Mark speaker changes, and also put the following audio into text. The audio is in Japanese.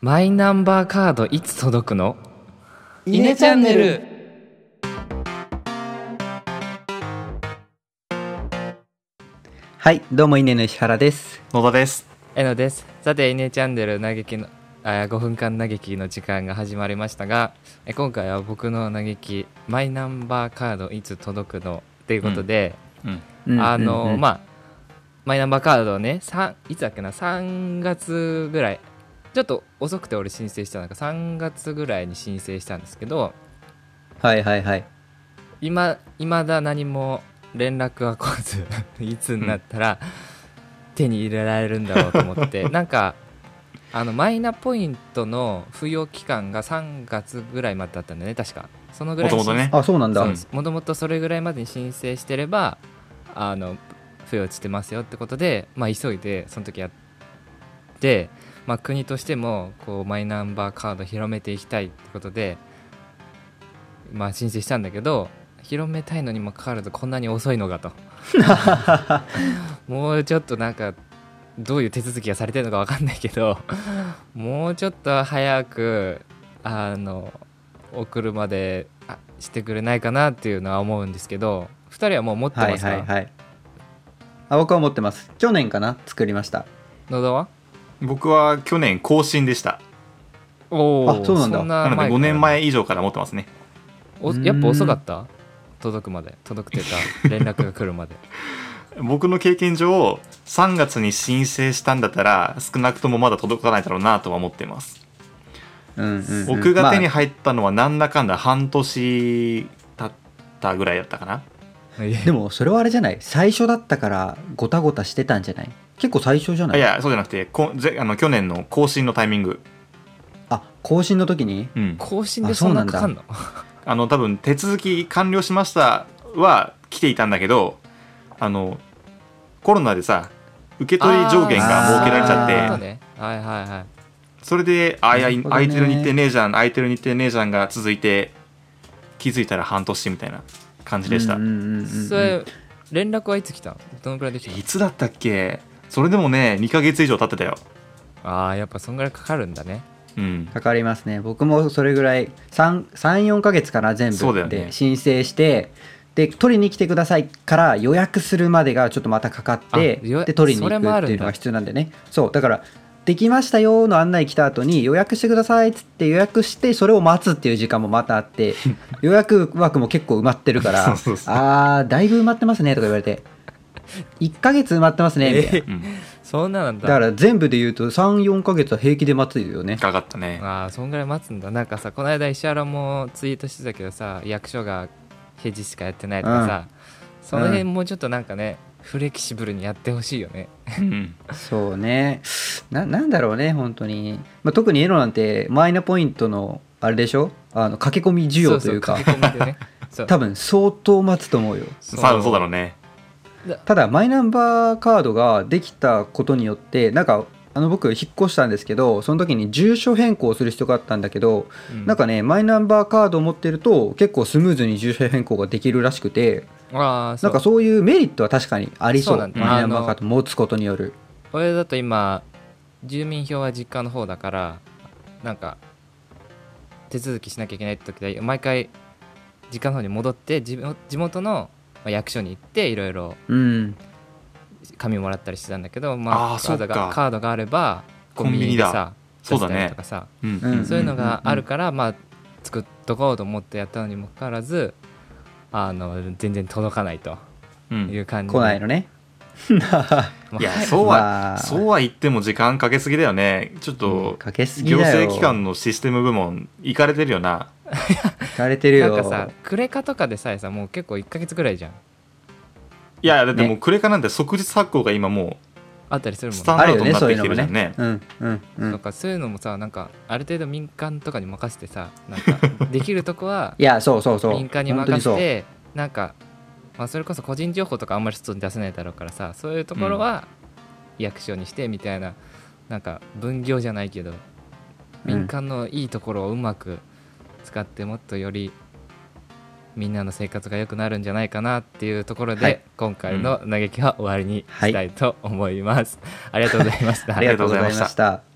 Speaker 1: マイナンバーカードいつ届くの
Speaker 2: イネチャンネル
Speaker 3: はい、どうもイネの石原です。
Speaker 2: 野田です
Speaker 1: えのですさて「イネチャンネル」嘆きのあ5分間嘆きの時間が始まりましたがえ今回は僕の嘆き「マイナンバーカードいつ届くの?」っていうことで、
Speaker 2: うん
Speaker 3: うん
Speaker 1: あの、
Speaker 3: うんうん
Speaker 1: まあマイナンバーカードをねさんいつだっけな3月ぐらいちょっと遅くて俺申請したのが3月ぐらいに申請したんですけど
Speaker 3: はいはいはい。
Speaker 1: 今いまだ何も連絡は来 ずいつになったら手に入れられるんだろうと思って なんかあのマイナポイントの付与期間が3月ぐらいまでだったんだよね確かそのぐらいに
Speaker 2: もともとね
Speaker 3: あ、そうなんだ。
Speaker 2: そう
Speaker 1: もともとそれぐらいまでに申請してればあの付与してますよってことで、まあ、急いでその時やって、まあ、国としてもこうマイナンバーカード広めていきたいってことで、まあ、申請したんだけど広めたいのにもかかわらずこんなに遅いの かともうちょっとなんかどういう手続きがされてるのかわかんないけどもうちょっと早くあの送るまであしてくれないかなっていうのは思うんですけど2人はもう持って
Speaker 3: は
Speaker 1: ま
Speaker 3: い
Speaker 1: すか、
Speaker 3: はいはい。あ、僕は持ってます。去年かな作りました。
Speaker 1: 野田は
Speaker 2: 僕は去年更新でした
Speaker 1: おー
Speaker 3: あそうなんだ
Speaker 2: なの
Speaker 1: 前
Speaker 2: で
Speaker 1: から
Speaker 2: 5年前以上から持ってますね
Speaker 1: おやっぱ遅かった届くまで届くっていうか連絡が来るまで
Speaker 2: 僕の経験上3月に申請したんだったら少なくともまだ届かないだろうなとは思ってます
Speaker 3: うんうん、うん。
Speaker 2: 僕が手に
Speaker 3: ま
Speaker 2: 入ったのはなんだかんだ半年経ったぐらいだったかな
Speaker 3: あでもそれはあれじゃない最初だったからごたごたしてたんじゃない結構最初じゃな
Speaker 2: あ
Speaker 3: い
Speaker 2: いやそうじゃなくてこぜあの去年の更新のタイミング
Speaker 3: あ更新の時に
Speaker 2: うん
Speaker 1: 更新でそんなかかんの
Speaker 2: あの多分手続き完了しましたは来ていたんだけどあのコロナでさ受け取り上限が設けられちゃ
Speaker 1: あーそ
Speaker 2: っ
Speaker 1: う
Speaker 2: て
Speaker 1: ねはいはいはい
Speaker 2: それであいや
Speaker 3: なるほどね
Speaker 2: 空いてる日程ねえじゃん空いてる日程ねえじゃんが続いて気づいたら半年みたいな感じでした、
Speaker 3: うんうんうんうん
Speaker 1: それ連絡はいつ来たのどのくらいでき
Speaker 2: いつだったっけそれでもね2ヶ月以上経ってたよ
Speaker 1: たのああやっぱそんぐらいかかるんだね
Speaker 2: うん
Speaker 3: かかりますね僕もそれぐらい34か月から全
Speaker 2: そうだよ
Speaker 3: 部
Speaker 2: ね
Speaker 3: で申請して、で取りに来てくださいから予約するまでがちょっとまたかかって
Speaker 1: あ予約
Speaker 3: で取りに行
Speaker 1: そ
Speaker 3: く
Speaker 1: れもあるんだ
Speaker 3: っていうのが必要なんでねそうだから「できましたよ」の案内来た後に予約してくださいっつって予約してそれを待つっていう時間もまたあって 予約枠も結構埋まってるから
Speaker 2: そうそうそう
Speaker 3: あーだいぶ埋まってますね」とか言われて「1ヶ月埋まってますね」みたいな。
Speaker 2: うん
Speaker 1: そんななんだ
Speaker 3: だから全部で言うと34か月は平気で待つよね
Speaker 2: かかったね
Speaker 1: ああそんぐらい待つんだなんかさこの間石原もツイートしてたけどさ役所が平日しかやってないとかさ、その辺
Speaker 3: う
Speaker 1: もうちょっとなんかねフレキシブルにやってほしいよね
Speaker 2: うん
Speaker 3: そうねななんだろうね本当に、まあ、特にエロなんてマイナポイントのあれでしょあの駆け込み需要というか
Speaker 1: そそ駆け込みで ねそう
Speaker 3: 多分相当待つと思うよ
Speaker 2: さあそうだろうね
Speaker 3: ただマイナンバーカードができたことによってなんかあの僕引っ越したんですけどその時に住所変更する必要があったんだけど、
Speaker 1: う
Speaker 3: なんかねマイナンバーカードを持ってると結構スムーズに住所変更ができるらしくて
Speaker 1: ああそ
Speaker 3: な
Speaker 1: う
Speaker 3: んかそういうメリットは確かにありそ
Speaker 1: そう
Speaker 3: う
Speaker 1: なんだ
Speaker 3: マイナンバーカード持つことによる
Speaker 1: 俺だと今住民票は実家の方だからなんか手続きしなきゃいけないって時で毎回実家の方に戻って地元地元のまあ役所に行っていろいろ
Speaker 3: うん
Speaker 1: 紙もらったりしてたんだけど、まあ、
Speaker 2: あー
Speaker 1: カード
Speaker 2: そっ
Speaker 1: が
Speaker 2: か
Speaker 1: カードがあればコンビニでさ
Speaker 2: コンビニだそうだね
Speaker 1: 出したりとかさ
Speaker 2: うん
Speaker 3: うん
Speaker 1: そういうのがあるから、まあ、作っとこうと思ってやったのにもかかわらずあの全然届かないと
Speaker 2: うん
Speaker 1: いう感じで
Speaker 3: 来ないのね
Speaker 1: まあ
Speaker 2: いやそう
Speaker 3: ま
Speaker 2: は
Speaker 3: あ
Speaker 2: そうは言っても時間かけすぎだよねちょっ
Speaker 3: うん
Speaker 2: と
Speaker 3: かけすぎだ
Speaker 2: 行
Speaker 3: よ
Speaker 2: 政機関のシステム部門行かれてるよな
Speaker 3: 行かれてる
Speaker 1: な
Speaker 3: よ
Speaker 1: んかさクレカとかでさえさもう結構1ヶ月ぐらいじゃん
Speaker 2: いやだってもう
Speaker 3: ね
Speaker 2: クレカなんて即日発行が今も
Speaker 1: あったりする
Speaker 2: う
Speaker 1: もん
Speaker 2: ス
Speaker 1: ね
Speaker 2: タ
Speaker 3: あ
Speaker 2: ンダ
Speaker 3: る
Speaker 2: ード
Speaker 3: よ
Speaker 2: に
Speaker 3: ね
Speaker 2: なっ
Speaker 3: そう
Speaker 2: て
Speaker 3: いうの
Speaker 2: きて
Speaker 3: も
Speaker 2: るじゃん
Speaker 3: ね
Speaker 2: ね
Speaker 3: うんうんう
Speaker 1: なん
Speaker 3: ん
Speaker 1: かそういうのもさなんかある程度民間とかに任せてさなん かできるとこはい
Speaker 3: やそうそうそう
Speaker 1: 民間に
Speaker 3: 本当
Speaker 1: 任せ
Speaker 3: そう
Speaker 1: てなんか、まあ、それこそ個人情報とかあんまり外に出せないだろうからさそういうところは役所にしてみたいな、なんか分業じゃないけど民間のいいところをうまく使ってもっとよりみんなの生活が良くなるんじゃないかなっていうところで、
Speaker 3: はい
Speaker 1: 今回の嘆きは終わりにしたいと思います、ありがとうございました
Speaker 3: ありがとうございました